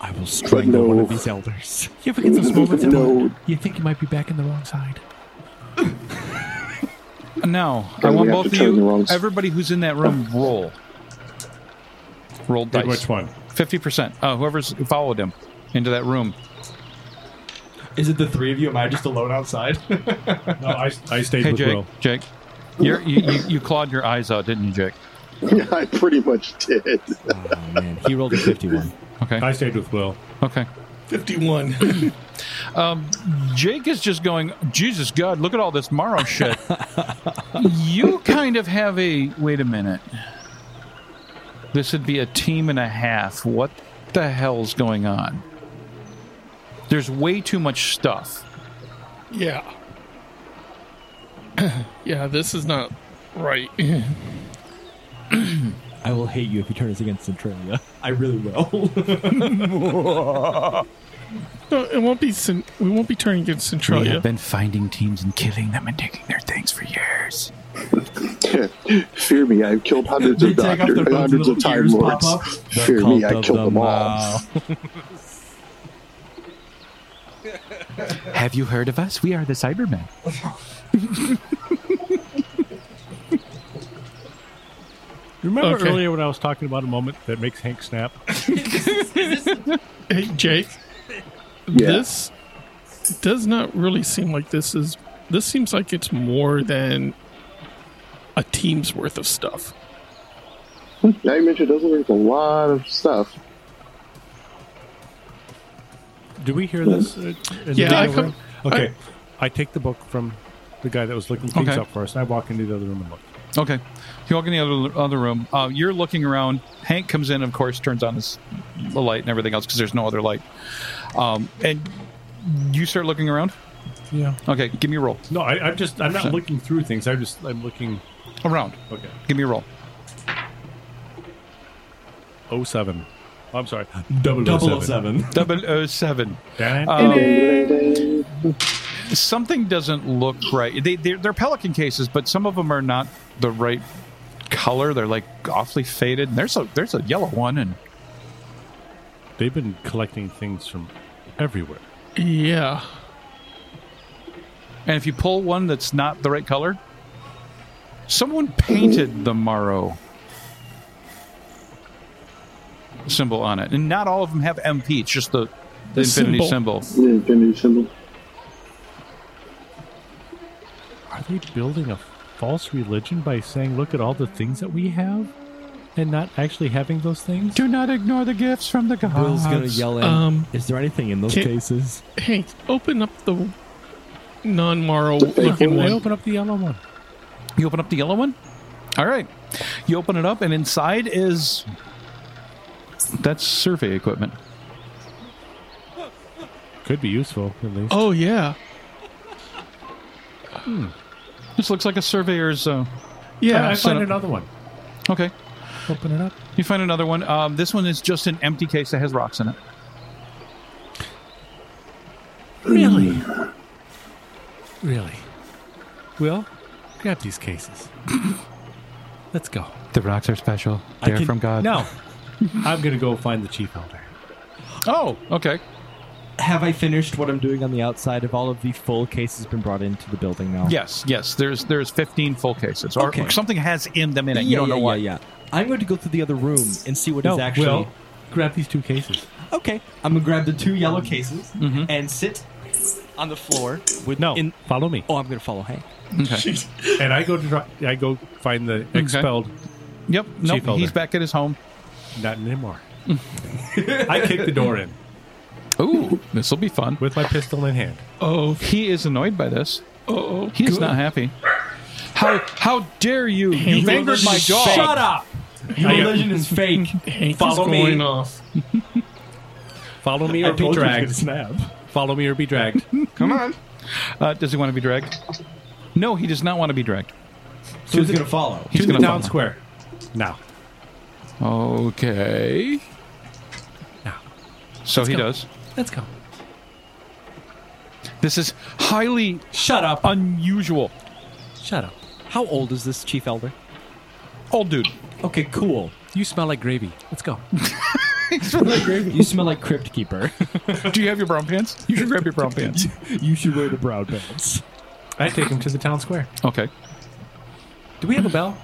Speaker 3: I will strangle
Speaker 6: no-
Speaker 3: one of these elders.
Speaker 10: You ever get those moments
Speaker 6: No.
Speaker 10: when you think you might be back in the wrong side?
Speaker 1: No, I
Speaker 6: Then we
Speaker 1: want both
Speaker 6: have to
Speaker 1: of
Speaker 6: turn the
Speaker 1: you.
Speaker 6: wrongs.
Speaker 1: Everybody who's in that room, roll. Roll
Speaker 2: Did
Speaker 1: dice.
Speaker 2: which one?
Speaker 1: Fifty percent. Uh, whoever's who followed him into that room.
Speaker 7: Is it the three of you? Am I just alone outside?
Speaker 2: No, I, I stayed
Speaker 1: Hey,
Speaker 2: with
Speaker 1: Jake.
Speaker 2: Will.
Speaker 1: Jake, you're, you you you clawed your eyes out, didn't you, Jake?
Speaker 6: Yeah, I pretty much did.
Speaker 3: Oh man, he rolled a fifty-one.
Speaker 1: Okay.
Speaker 2: I stayed with Will.
Speaker 1: okay. Um,
Speaker 10: 51.
Speaker 1: Jake is just going. Jesus God, look at all this Morrow shit. you kind of have a. Wait a minute. This would be a team and a half. What the hell's going on? There's way too much stuff.
Speaker 8: Yeah. yeah, this is not right.
Speaker 3: I will hate you if you turn us against Centralia.
Speaker 7: I really will.
Speaker 8: no, it won't be. Cen- we won't be turning against
Speaker 1: We
Speaker 8: Centralia.
Speaker 1: have been finding teams and killing them and taking their things for years.
Speaker 6: Fear me, I've killed hundreds
Speaker 7: They
Speaker 6: of
Speaker 7: take off their
Speaker 6: doctors,
Speaker 7: buttons,
Speaker 6: hundreds of
Speaker 7: little
Speaker 6: time
Speaker 7: ears pop
Speaker 6: lords.
Speaker 7: up.
Speaker 3: The
Speaker 6: Fear me, I
Speaker 3: cult of
Speaker 6: killed
Speaker 3: the
Speaker 6: them all.
Speaker 3: Mao.
Speaker 1: Have you heard of us? We are the Cybermen.
Speaker 2: Remember
Speaker 8: Okay.
Speaker 2: earlier when I was talking about a moment that makes Hank snap?
Speaker 8: Hey, Jake.
Speaker 6: Yeah.
Speaker 8: This does not really seem like this is. This seems like it's more than a team's worth of stuff.
Speaker 6: Now you mentioned doesn't there's a lot of stuff.
Speaker 2: Do we hear this? uh, in the
Speaker 8: Yeah, I
Speaker 2: video
Speaker 8: come-
Speaker 2: room? Okay. I, take the book from the guy that was looking things
Speaker 1: Okay.
Speaker 2: up for us, and I walk into the other room and look.
Speaker 1: Okay. You walk in the other, other room. Uh, you're looking around. Hank comes in, of course, turns on his the light and everything else because there's no other light. Um, and you start looking around.
Speaker 2: Yeah.
Speaker 1: Okay, give me a roll.
Speaker 2: No, I, I'm just I'm not looking through things. I'm just I'm looking.
Speaker 1: Around.
Speaker 2: Okay.
Speaker 1: Give me a roll.
Speaker 2: Oh seven. Oh, I'm sorry.
Speaker 7: 007.
Speaker 1: Double 007.
Speaker 2: Damn it.
Speaker 8: Um,
Speaker 1: Something doesn't look right. They, they're, they're pelican cases, but some of them are not the right color. They're like awfully faded. And there's a there's a yellow one, and
Speaker 2: They've been collecting things from everywhere.
Speaker 8: Yeah.
Speaker 1: And if you pull one that's not the right color, Someone painted the Morrow symbol on it, and not all of them have MP. It's just the, the
Speaker 8: The
Speaker 1: infinity symbol.
Speaker 8: symbol.
Speaker 6: The infinity symbol.
Speaker 2: Are they building a false religion by saying, look at all the things that we have? And not actually having those things?
Speaker 1: Do not ignore the gifts from the gods.
Speaker 3: Will's gonna yell at.
Speaker 8: Um,
Speaker 3: Is there anything in those
Speaker 8: can-
Speaker 3: cases?
Speaker 8: Hey, open up the non-moral
Speaker 6: The fake
Speaker 8: looking
Speaker 6: one.
Speaker 8: one.
Speaker 2: Open up the yellow one.
Speaker 1: You open up the yellow one? All right. You open it up, and inside is. That's survey equipment.
Speaker 2: Could be useful, at least.
Speaker 8: Oh yeah,
Speaker 1: This looks like a surveyor's. Uh,
Speaker 8: yeah.
Speaker 2: I
Speaker 1: set
Speaker 2: find
Speaker 1: up-
Speaker 2: another one.
Speaker 1: okay.
Speaker 2: Open it up.
Speaker 1: You find another one. Um, this one is just an empty case that has rocks in it.
Speaker 2: Really? Really? Will, grab these cases. Let's go.
Speaker 1: The rocks are special.
Speaker 2: I can- No. I'm going to go find the chief elder.
Speaker 1: Oh, okay.
Speaker 3: Have I finished what I'm doing on the outside? Have all of the full cases been brought into the building now?
Speaker 1: Yes, yes. There's there's 15 full cases, or
Speaker 3: Okay.
Speaker 1: something has in them in it.
Speaker 3: Yeah,
Speaker 1: You don't
Speaker 3: yeah,
Speaker 1: know
Speaker 3: yeah,
Speaker 1: what.
Speaker 3: yeah. I'm going to go through the other room and see what is
Speaker 2: No,
Speaker 3: actually.
Speaker 2: Will, grab these two cases.
Speaker 3: Okay, I'm gonna grab the two yellow cases
Speaker 1: Mhm.
Speaker 3: and sit on the floor with
Speaker 2: No,
Speaker 3: In,
Speaker 2: follow me.
Speaker 3: oh, I'm gonna follow Hank.
Speaker 1: Okay.
Speaker 2: And I go to try, I go find the expelled,
Speaker 1: Yep. No,
Speaker 2: Chief Elder.
Speaker 1: he's back at his home.
Speaker 2: not anymore. I kick the door in
Speaker 1: Ooh, this will be fun.
Speaker 2: with my pistol in hand.
Speaker 8: Oh,
Speaker 1: He is annoyed by this.
Speaker 8: oh,
Speaker 1: He is not happy. How how dare you? You've angered my dog.
Speaker 7: Shut up! Your
Speaker 2: I got-
Speaker 7: religion is fake.
Speaker 8: Hank is
Speaker 2: Follow me.
Speaker 8: going off.
Speaker 2: Follow me or be dragged. Follow me or be dragged.
Speaker 1: Uh, does he want to be dragged? No, he does not want to be dragged.
Speaker 7: So who's gonna follow?
Speaker 1: He's
Speaker 2: to the
Speaker 1: going
Speaker 2: town
Speaker 1: to
Speaker 2: square. Now.
Speaker 1: follow. Okay.
Speaker 2: Now.
Speaker 1: So he does.
Speaker 2: Let's go.
Speaker 1: This is highly
Speaker 7: Shut up.
Speaker 1: unusual.
Speaker 2: Shut up.
Speaker 3: How old is this chief elder?
Speaker 1: Old dude.
Speaker 3: Okay, cool.
Speaker 2: You smell like gravy. Let's go.
Speaker 3: you smell like crypt keeper.
Speaker 1: Do you have your brown pants? You should grab your brown pants.
Speaker 3: you should wear the brown pants.
Speaker 2: I take him to the town square.
Speaker 1: Okay.
Speaker 2: Do we have a bell?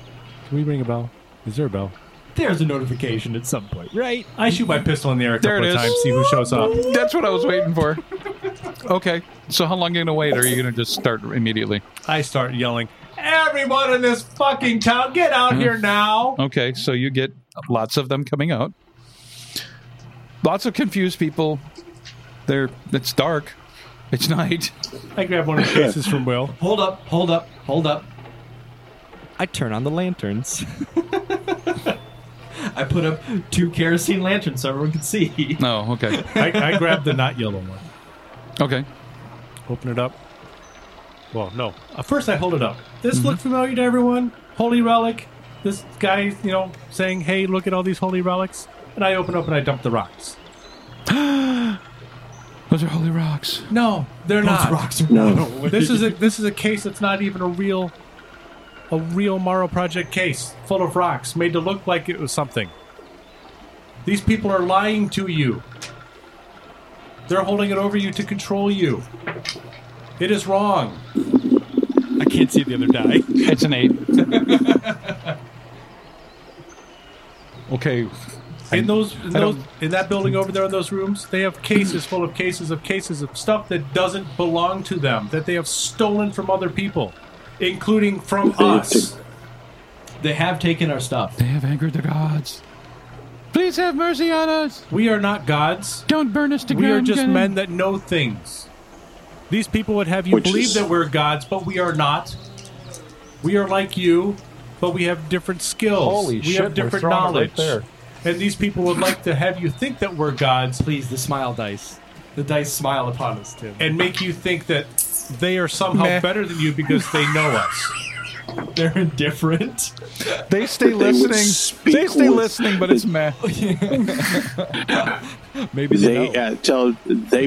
Speaker 2: Can we ring a bell? Is there a bell?
Speaker 3: There's a notification at some point, right?
Speaker 2: I shoot my pistol in the air a
Speaker 1: There
Speaker 2: couple
Speaker 1: it
Speaker 2: of
Speaker 1: is.
Speaker 2: times, see who shows up.
Speaker 1: That's what I was waiting for. Okay. So how long are you gonna wait? Or are you gonna just start immediately?
Speaker 2: I start yelling, Everyone in this fucking town, get out here now!
Speaker 1: Okay. So you get lots of them coming out. Lots of confused people. They're it's dark. It's night.
Speaker 2: I grab one of the cases from Will.
Speaker 7: Hold up, hold up, hold up.
Speaker 3: I turn on the lanterns.
Speaker 7: I put up two kerosene lanterns so everyone can see.
Speaker 1: No. Oh, okay.
Speaker 2: I, I grab the not yellow one.
Speaker 1: Okay.
Speaker 2: Open it up. Well, no. Mm-hmm. Uh, First, I hold it up. This look familiar to everyone. Holy relic. This guy, you know, saying, "Hey, look at all these holy relics." And I open up and I dump the rocks.
Speaker 1: Those are holy rocks.
Speaker 2: No, they're not.
Speaker 7: rocks are
Speaker 6: No.
Speaker 2: This is a this is a case that's not even a real, a real Morrow Project case, full of rocks, made to look like it was something. These people are lying to you. They're holding it over you to control you. It is wrong.
Speaker 3: I can't see the other die.
Speaker 1: It's an eight. okay.
Speaker 2: in those, in,
Speaker 1: I
Speaker 2: those
Speaker 1: don't-
Speaker 2: in that building over there in those rooms they have cases full of cases of cases of stuff that doesn't belong to them that they have stolen from other people including from
Speaker 6: They
Speaker 2: us
Speaker 6: took-
Speaker 7: They have taken our stuff.
Speaker 1: They have angered the gods. Please have mercy on us.
Speaker 2: we are not gods
Speaker 1: Don't burn us to
Speaker 2: we are
Speaker 1: ground,
Speaker 2: just
Speaker 1: Ganon.
Speaker 2: men that know things these people would have you
Speaker 6: Which
Speaker 2: believe
Speaker 6: is-
Speaker 2: that we're gods but we are not we are like you but we have different skills
Speaker 1: Holy
Speaker 2: we
Speaker 1: shit,
Speaker 2: have
Speaker 1: we're
Speaker 2: different
Speaker 1: throwing it right
Speaker 2: knowledge
Speaker 1: there.
Speaker 2: and these people would like to have you think that we're gods
Speaker 7: Please, the smile dice. The dice smile upon us, Tim.
Speaker 2: and make you think that they are somehow
Speaker 1: Meh.
Speaker 2: better than you because they know us
Speaker 7: They're indifferent.
Speaker 1: They stay
Speaker 6: would
Speaker 1: listening.
Speaker 6: speak
Speaker 1: They stay
Speaker 6: with-
Speaker 1: listening, but it's meh.
Speaker 3: Maybe they,
Speaker 6: They
Speaker 3: know.
Speaker 6: uh, tell they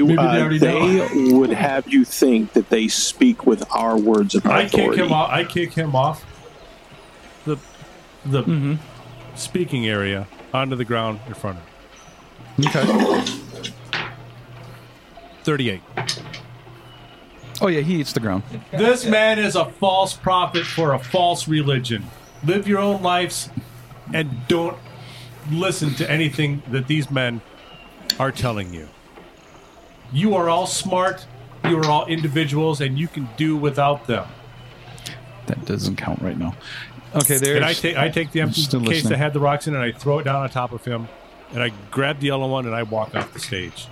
Speaker 7: they
Speaker 6: uh,
Speaker 7: already
Speaker 6: they would have you think that they speak with our words of
Speaker 2: I
Speaker 6: authority.
Speaker 2: kick him off. I kick him off the the
Speaker 1: Mm-hmm.
Speaker 2: speaking area onto the ground in front of him.
Speaker 1: Okay.
Speaker 2: Thirty-eight.
Speaker 1: Oh yeah, he eats the ground.
Speaker 2: This man is a false prophet for a false religion. Live your own lives and don't listen to anything that these men are telling you. You are all smart, you are all individuals, and you can do without them.
Speaker 1: That doesn't count right now. Okay, there's.
Speaker 2: And I take I take the empty
Speaker 1: still
Speaker 2: case
Speaker 1: listening.
Speaker 2: that had the rocks in it and I throw it down on top of him and I grab the yellow one and I walk off the stage.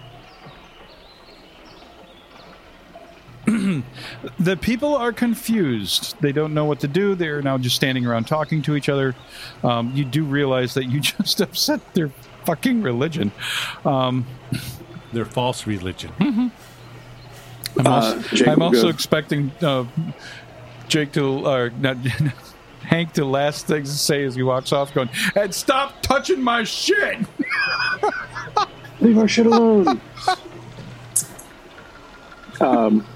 Speaker 1: The people are confused. They don't know what to do. They're now just standing around talking to each other. Um, you do realize that you just upset their fucking religion. Um,
Speaker 2: Their false religion.
Speaker 1: I'm also,
Speaker 6: Jake
Speaker 1: I'm
Speaker 6: will
Speaker 1: also
Speaker 6: go.
Speaker 1: expecting uh, Jake to, or not, Hank to last things to say as he walks off, going, and stop touching my shit!
Speaker 6: Leave our shit alone. um,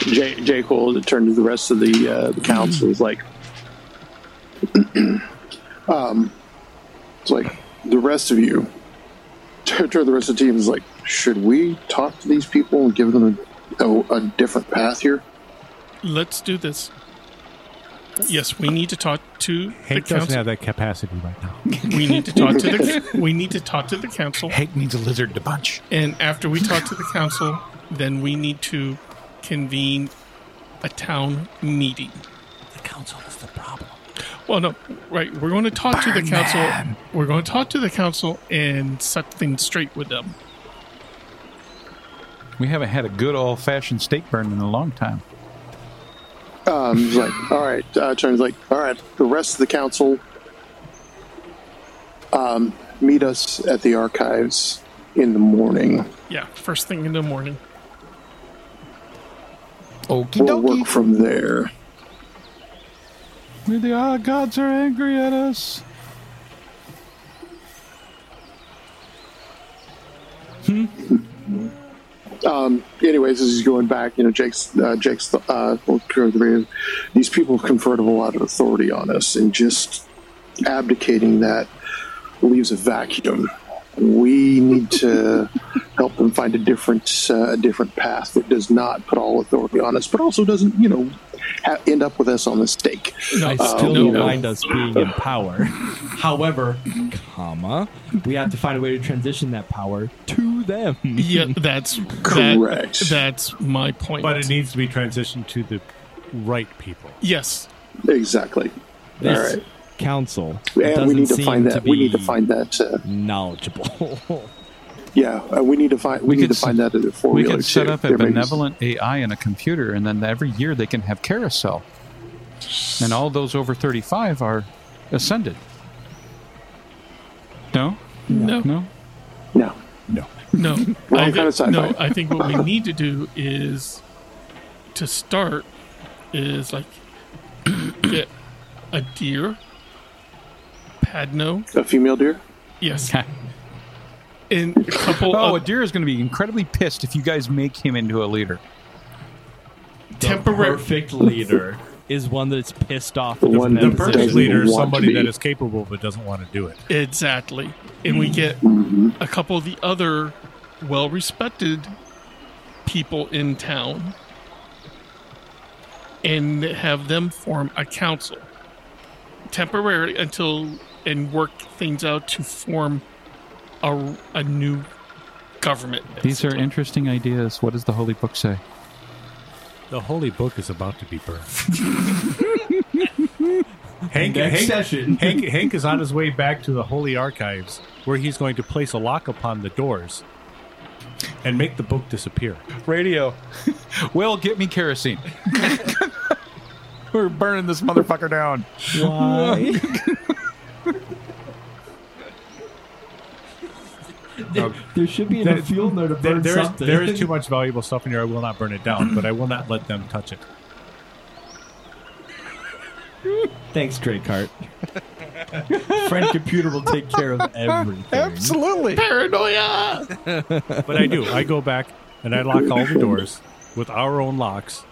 Speaker 6: J- Jake will turn to the rest of the, uh, the council. Is like, um, it's like the rest of you. Turn to the rest of the team. Is like, should we talk to these people and give them a, a, a different path here?
Speaker 8: Let's do this. Yes, we need to talk to
Speaker 2: Hank
Speaker 8: the
Speaker 2: doesn't
Speaker 8: council.
Speaker 2: have that capacity right now.
Speaker 8: We need to talk to the we need to talk to the council.
Speaker 1: Hank needs a lizard to punch.
Speaker 8: And after we talk to the council, then we need to convene a town meeting.
Speaker 3: The council is the problem.
Speaker 8: Well, no, right. We're going to talk to the council. We're going to talk to the council and set things straight with them.
Speaker 1: We haven't had a good old fashioned steak burn in a long time.
Speaker 6: Um, he's like, all right. Uh, Tony's like, all right. The rest of the council, um, meet us at the archives in the morning.
Speaker 8: Yeah, first thing in the morning.
Speaker 1: Okie
Speaker 6: We'll work
Speaker 1: dokie.
Speaker 6: from there.
Speaker 1: We're the ah, gods are angry at us.
Speaker 6: Um, anyways, as he's going back, you know, Jake's uh, Jake's uh, these people have conferred a lot of authority on us, and just abdicating that leaves a vacuum. We need to help them find a different uh, a different path that does not put all authority on us, but also doesn't, you know, ha- end up with us on the stake.
Speaker 3: I
Speaker 6: Uh,
Speaker 3: still
Speaker 6: no.
Speaker 3: don't mind us being in power,
Speaker 7: However,
Speaker 3: comma. We have to find a way to transition that power to them.
Speaker 8: Yeah, that's that-
Speaker 6: Correct.
Speaker 8: that's my point.
Speaker 2: But it needs to be transitioned to the right people.
Speaker 8: yes,
Speaker 6: Exactly.
Speaker 3: This
Speaker 6: All right.
Speaker 3: council
Speaker 6: And we
Speaker 3: doesn't
Speaker 6: need to
Speaker 3: seem
Speaker 6: find that.
Speaker 3: be
Speaker 6: we need to find that. Uh,
Speaker 3: knowledgeable.
Speaker 6: yeah, uh, we need to find. We,
Speaker 1: We
Speaker 6: need
Speaker 1: could
Speaker 6: to find
Speaker 1: set-
Speaker 6: that at a four
Speaker 1: We
Speaker 6: wheeler
Speaker 1: could set up a
Speaker 6: There may be-
Speaker 1: benevolent AI in a computer, and then every year they can have carousel. And all those over 35 are ascended. No?
Speaker 8: no,
Speaker 1: No?
Speaker 6: No.
Speaker 8: no.
Speaker 6: Wrong
Speaker 8: I thi-
Speaker 6: kind of sci-fi.
Speaker 8: no, I think what we need to do is to start is like get a deer, Padno,
Speaker 6: A female deer?
Speaker 8: yes, and a couple
Speaker 1: Oh, a
Speaker 8: of
Speaker 1: deer is going to be incredibly pissed if you guys make him into a leader.
Speaker 8: temporary.
Speaker 7: perfect leader.
Speaker 3: is one that's pissed off.
Speaker 6: The
Speaker 3: at
Speaker 6: one
Speaker 2: The
Speaker 6: that
Speaker 2: perfect
Speaker 6: doesn't
Speaker 2: leader is
Speaker 6: want to
Speaker 2: somebody
Speaker 6: be.
Speaker 2: that is capable but doesn't want to do it.
Speaker 8: Exactly. And we get a couple of the other well respected people in town and have them form a council temporarily until and work things out to form a, a new government.
Speaker 1: These are
Speaker 8: basically.
Speaker 1: interesting ideas. What does the holy book say?
Speaker 2: The holy book is about to be burned. Hank,
Speaker 7: Next
Speaker 2: Hank,
Speaker 7: session.
Speaker 2: Hank, Hank is on his way back to the holy archives, where he's going to place a lock upon the doors and make the book disappear.
Speaker 1: Radio. Will, get me kerosene. We're burning this motherfucker down.
Speaker 3: Why?
Speaker 7: There, there should be
Speaker 2: There-
Speaker 7: a fuel there to
Speaker 2: There,
Speaker 7: burn
Speaker 2: there, is,
Speaker 7: something.
Speaker 2: there is too much valuable stuff in here. I will not burn it down, but I will not let them touch it.
Speaker 3: Thanks, Draycart.
Speaker 7: Friend computer will take care of everything.
Speaker 1: Absolutely.
Speaker 8: paranoia.
Speaker 2: But I do. I go back and I lock all the doors with our own locks,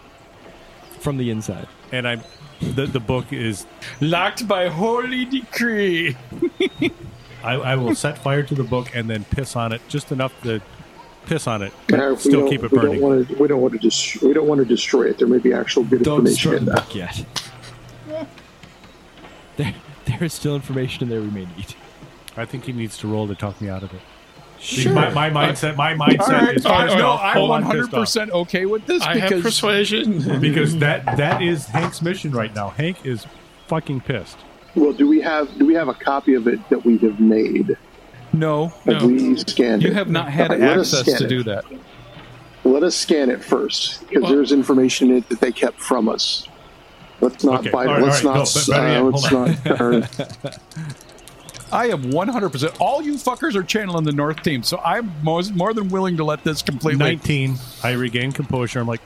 Speaker 3: From the inside.
Speaker 2: and I, the, the book is.
Speaker 1: Locked by holy decree.
Speaker 2: I, I will set fire to the book and then piss on it just enough to piss on it, but
Speaker 6: Uh, we
Speaker 2: still
Speaker 6: don't-
Speaker 2: keep it
Speaker 6: we
Speaker 2: burning.
Speaker 6: Don't wanna, we don't want to dis- we don't want to destroy it. There may be actual good
Speaker 3: Don't
Speaker 6: information
Speaker 3: destroy
Speaker 6: in
Speaker 3: the
Speaker 6: that.
Speaker 3: book yet. there, there is still information in there we may need.
Speaker 2: I think he needs to roll to talk me out of it.
Speaker 8: Sure.
Speaker 2: My, my mindset, my mindset
Speaker 1: Uh, Alright, Uh,
Speaker 2: is
Speaker 8: alright,
Speaker 2: pissed
Speaker 8: no,
Speaker 2: off.
Speaker 1: I'm
Speaker 2: Full on
Speaker 1: 100% okay with this
Speaker 8: I have
Speaker 1: because
Speaker 8: persuasion.
Speaker 2: because that that is Hank's mission right now. Hank is fucking pissed.
Speaker 6: Well, do we have do we have a copy of it that we have made?
Speaker 1: no,
Speaker 6: Have
Speaker 8: No.
Speaker 6: we scanned
Speaker 1: you
Speaker 6: it?
Speaker 1: have not had
Speaker 6: All right, let us
Speaker 1: access
Speaker 6: scan
Speaker 1: to
Speaker 6: it.
Speaker 1: do that.
Speaker 6: Let us scan it first, because
Speaker 8: Well-
Speaker 6: there's information in it that they kept from us. Let's not
Speaker 2: Okay,
Speaker 6: bite.
Speaker 2: all right,
Speaker 6: let's
Speaker 2: all right, no,
Speaker 6: not.
Speaker 2: but better yet,
Speaker 6: uh, let's
Speaker 2: hold
Speaker 6: not. or-
Speaker 1: I am 100%. All you fuckers are channeling the North team, so I'm most, more than willing to let this completely.
Speaker 2: Nineteen, I regain composure. I'm like,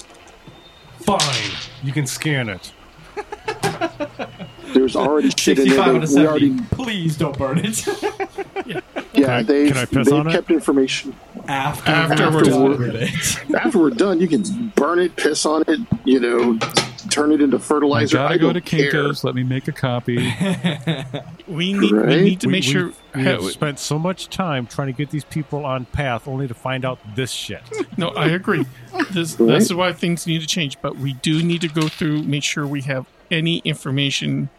Speaker 2: fine, you can scan it.
Speaker 6: there's already shit in
Speaker 7: 65 out
Speaker 6: there.
Speaker 7: of
Speaker 6: that We
Speaker 7: 70.
Speaker 6: already.
Speaker 7: Please don't burn it.
Speaker 2: Can I-
Speaker 6: Yeah, they've,
Speaker 2: can I piss
Speaker 6: they've
Speaker 2: on it?
Speaker 6: kept information.
Speaker 7: After,
Speaker 8: After we're
Speaker 7: done
Speaker 6: done.
Speaker 7: with it.
Speaker 6: After we're done, you can burn it, piss on it, you know, turn it into
Speaker 1: I
Speaker 6: fertilizer.
Speaker 1: gotta
Speaker 6: I
Speaker 1: go
Speaker 6: don't
Speaker 1: to
Speaker 6: care.
Speaker 1: Kinko's. Let me make a copy.
Speaker 8: We need,
Speaker 6: Right?
Speaker 8: we need to
Speaker 2: We-
Speaker 8: make
Speaker 2: we-
Speaker 8: sure.
Speaker 2: we have spent so much time trying to get these people on path, only to find out this shit.
Speaker 8: No, I agree. This,
Speaker 6: Right?
Speaker 8: That's why things need to change, but we do need to go through, make sure we have any information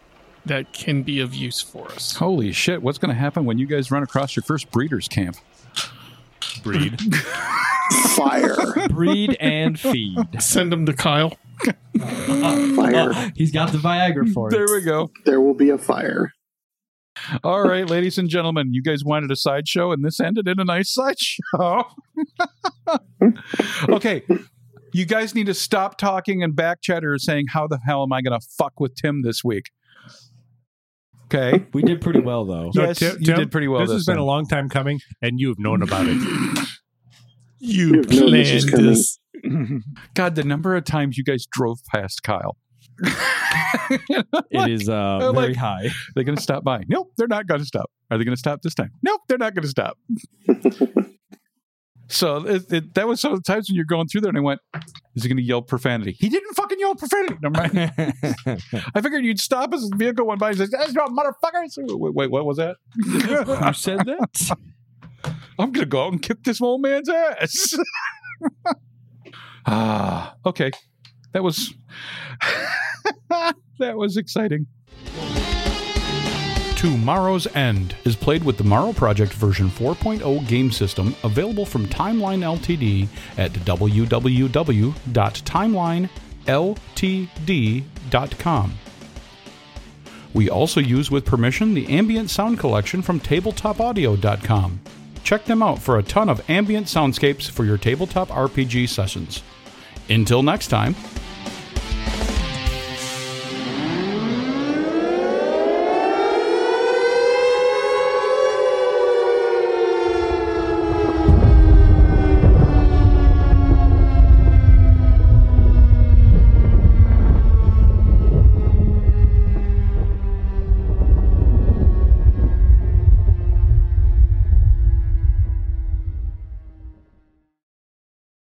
Speaker 8: that can be of use for us.
Speaker 1: Holy shit, what's gonna happen when you guys run across your first breeder's camp?
Speaker 2: Breed.
Speaker 6: Fire,
Speaker 3: Breed and feed.
Speaker 8: Send them to Kyle.
Speaker 6: fire.
Speaker 7: He's got the Viagra for it.
Speaker 1: There we go.
Speaker 6: There will be a fire.
Speaker 1: All right, ladies and gentlemen, you guys wanted a sideshow, and this ended in a nice sideshow. okay, you guys need to stop talking and back chatter saying, How the hell am I gonna fuck with Tim this week? Okay.
Speaker 3: We did pretty well though.
Speaker 1: Yes, you did pretty well
Speaker 2: This,
Speaker 1: this
Speaker 2: has been
Speaker 1: time.
Speaker 2: a long time coming, and you've known about it.
Speaker 8: You
Speaker 6: You've known this is coming.
Speaker 1: God, the number of times you guys drove past Kyle.
Speaker 3: It is uh,
Speaker 1: Oh,
Speaker 3: very
Speaker 1: like-
Speaker 3: high.
Speaker 1: They're going to stop by. Nope, they're not going to stop. Are they going to stop this time? Nope, they're not going to stop. so it, it, that was some of the times when you're going through there, and I went, "Is he going to yell profanity?" He didn't fucking yell profanity. Never mind. I figured you'd stop as the vehicle went by. and says, "That's not motherfuckers." Wait, wait, what was that?
Speaker 3: Who said that?
Speaker 1: I'm going to go out and kick this old man's ass. ah, okay. That was that was exciting. To Morrow's End is played with the Morrow Project version 4.0 game system available from Timeline Ltd at www.timelineltd.com. We also use with permission the ambient sound collection from tabletopaudio.com. Check them out for a ton of ambient soundscapes for your tabletop RPG sessions. Until next time,